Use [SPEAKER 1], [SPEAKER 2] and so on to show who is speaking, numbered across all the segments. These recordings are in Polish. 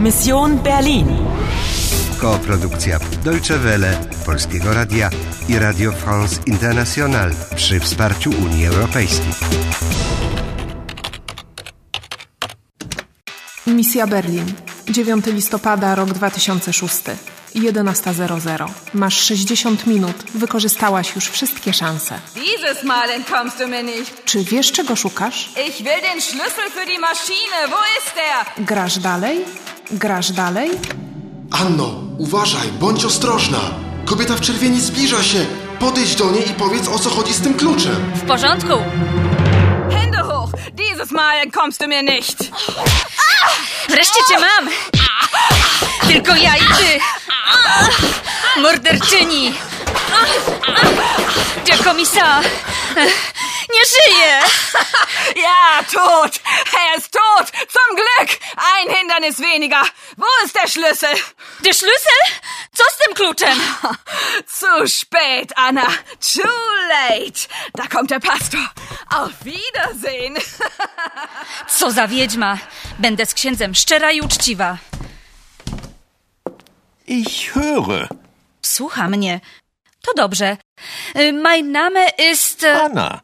[SPEAKER 1] Mission Berlin.
[SPEAKER 2] Koprodukcja Deutsche Welle, Polskiego Radia i Radio France International przy wsparciu Unii Europejskiej.
[SPEAKER 3] Misja Berlin. 9 listopada, rok 2006. 11.00. Masz 60 minut. Wykorzystałaś już wszystkie szanse.
[SPEAKER 4] Dieses Mal entkommst du mir nicht.
[SPEAKER 3] Czy wiesz, czego szukasz?
[SPEAKER 4] Ich will den Schlüssel für die Maschine. Wo ist der?
[SPEAKER 3] Grasz dalej? Grasz dalej?
[SPEAKER 5] Anno, uważaj, bądź ostrożna. Kobieta w czerwieni zbliża się. Podejdź do niej i powiedz o co chodzi z tym kluczem.
[SPEAKER 6] W porządku.
[SPEAKER 4] Hände hoch. Dieses Mal entkommst du mir nicht.
[SPEAKER 6] Wreszcie cię mam. Tylko ja i ty. Morderczyni. Der Kommissar. Nie żyje.
[SPEAKER 4] Ja, tot. Er ist tot. Zum Glück. Ein Hindernis weniger. Wo ist der Schlüssel?
[SPEAKER 6] Der Schlüssel? Co z tym kluczem?
[SPEAKER 4] Zu spät, Anna. Too late. Da kommt der Pastor. Auf Wiedersehen.
[SPEAKER 6] Co za wiedźma. Będę z księdzem szczera i uczciwa.
[SPEAKER 7] Ich höre.
[SPEAKER 6] Słucha mnie. To dobrze. Y, Mein Name ist... e,
[SPEAKER 7] Anna.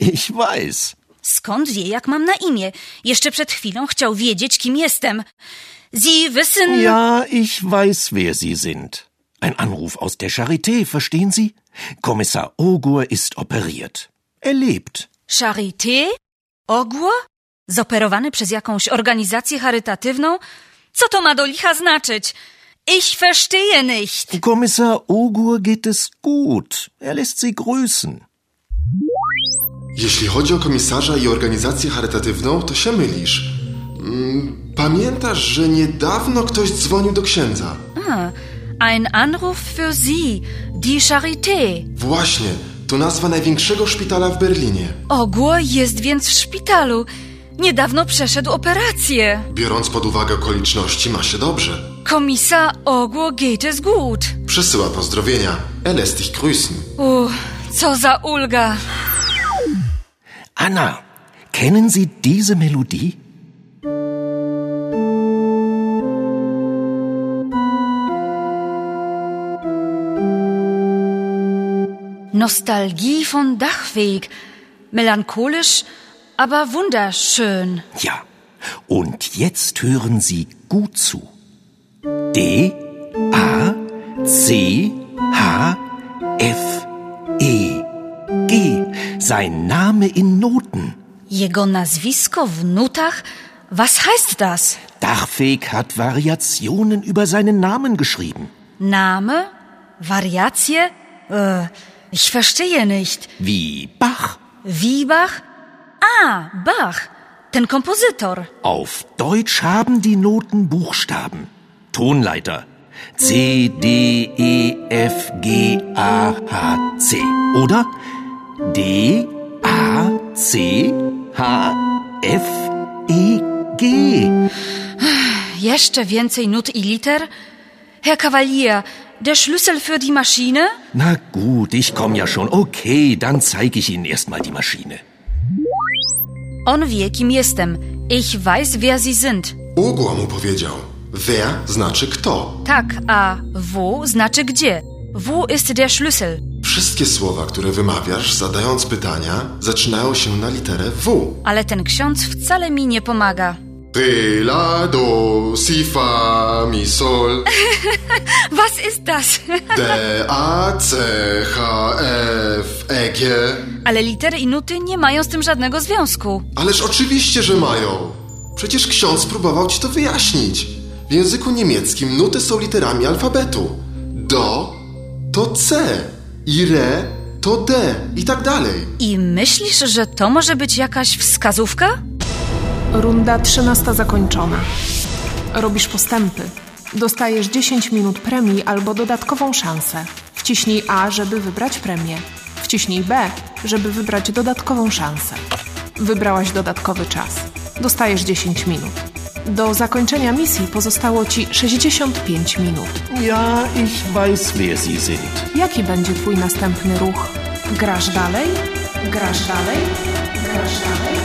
[SPEAKER 7] Ich weiß.
[SPEAKER 6] Skąd wie, jak mam na imię? Jeszcze przed chwilą chciał wiedzieć, kim jestem. Sie wissen...
[SPEAKER 7] Ja, ich weiß, wer Sie sind. Ein Anruf aus der Charité, verstehen Sie? Kommissar Ogur ist operiert. Er lebt.
[SPEAKER 6] Charité? Ogło? Zoperowany przez jakąś organizację charytatywną? Co to ma do licha znaczyć? Ich verstehe nicht.
[SPEAKER 7] Kommissar Ogur geht es gut. Er lässt Sie grüßen.
[SPEAKER 5] Jeśli chodzi o komisarza i organizację charytatywną, to się mylisz. Mm, Pamiętasz, że niedawno ktoś dzwonił do księdza?
[SPEAKER 6] A, ein Anruf für Sie, die Charité.
[SPEAKER 5] Właśnie, to nazwa największego szpitala w Berlinie.
[SPEAKER 6] Ogło jest więc w szpitalu. Niedawno przeszedł operację.
[SPEAKER 5] Biorąc pod uwagę okoliczności, ma się dobrze.
[SPEAKER 6] Kommissar Ogło geht es gut.
[SPEAKER 5] Przesyła pozdrowienia. Elest ich grüßen.
[SPEAKER 6] Uff, co za ulga.
[SPEAKER 7] Anna, kennen Sie diese Melodie?
[SPEAKER 6] Nostalgie von Dachweg. Melancholisch, aber wunderschön.
[SPEAKER 7] Ja. Und jetzt hören Sie gut zu. D A C H F E G. Sein Name in Noten.
[SPEAKER 6] Jego nazwisko w nutach? Was heißt das?
[SPEAKER 7] Dachfeg hat Variationen über seinen Namen geschrieben,
[SPEAKER 6] Name? Variatie? Äh, ich verstehe nicht.
[SPEAKER 7] wie Bach.
[SPEAKER 6] Wie Bach? Ah, Bach. Ten Kompositor.
[SPEAKER 7] Auf Deutsch haben die Noten Buchstaben. Tonleiter. C, D, E, F, G, A, H, C. Oder? D, A, C, H, F, E, G.
[SPEAKER 6] Jeszcze więcej nut i liter? Herr Kavalier, der Schlüssel für die Maschine?
[SPEAKER 7] Na gut, ich komm ja schon. Okay, dann zeige ich Ihnen erstmal die Maschine.
[SPEAKER 6] On wie, kim jestem. Ich weiß, wer Sie sind.
[SPEAKER 5] Ugła mu powiedział. Wer znaczy kto.
[SPEAKER 6] Tak, a wo znaczy gdzie. Wo ist der Schlüssel?
[SPEAKER 5] Wszystkie słowa, które wymawiasz, zadając pytania, zaczynają się na literę W.
[SPEAKER 6] Ale ten ksiądz wcale mi nie pomaga.
[SPEAKER 5] Ty, la, do, si, fa, mi, sol,
[SPEAKER 6] Was ist das?
[SPEAKER 5] d, a, c, h, f, e, g.
[SPEAKER 6] Ale litery i nuty nie mają z tym żadnego związku.
[SPEAKER 5] Ależ oczywiście, że mają. Przecież ksiądz próbował ci to wyjaśnić. W języku niemieckim nuty są literami alfabetu. Do to C i re to D i tak dalej.
[SPEAKER 6] I myślisz, że to może być jakaś wskazówka?
[SPEAKER 3] Runda 13 zakończona. Robisz postępy. Dostajesz 10 minut premii albo dodatkową szansę. Wciśnij A, żeby wybrać premię. Wciśnij B, żeby wybrać dodatkową szansę. Wybrałaś dodatkowy czas. Dostajesz 10 minut. Do zakończenia misji pozostało ci 65 minut.
[SPEAKER 7] Ja, ich weiß, wer Sie sind.
[SPEAKER 3] Jaki będzie twój następny ruch? Grasz dalej? Grasz dalej? Grasz dalej?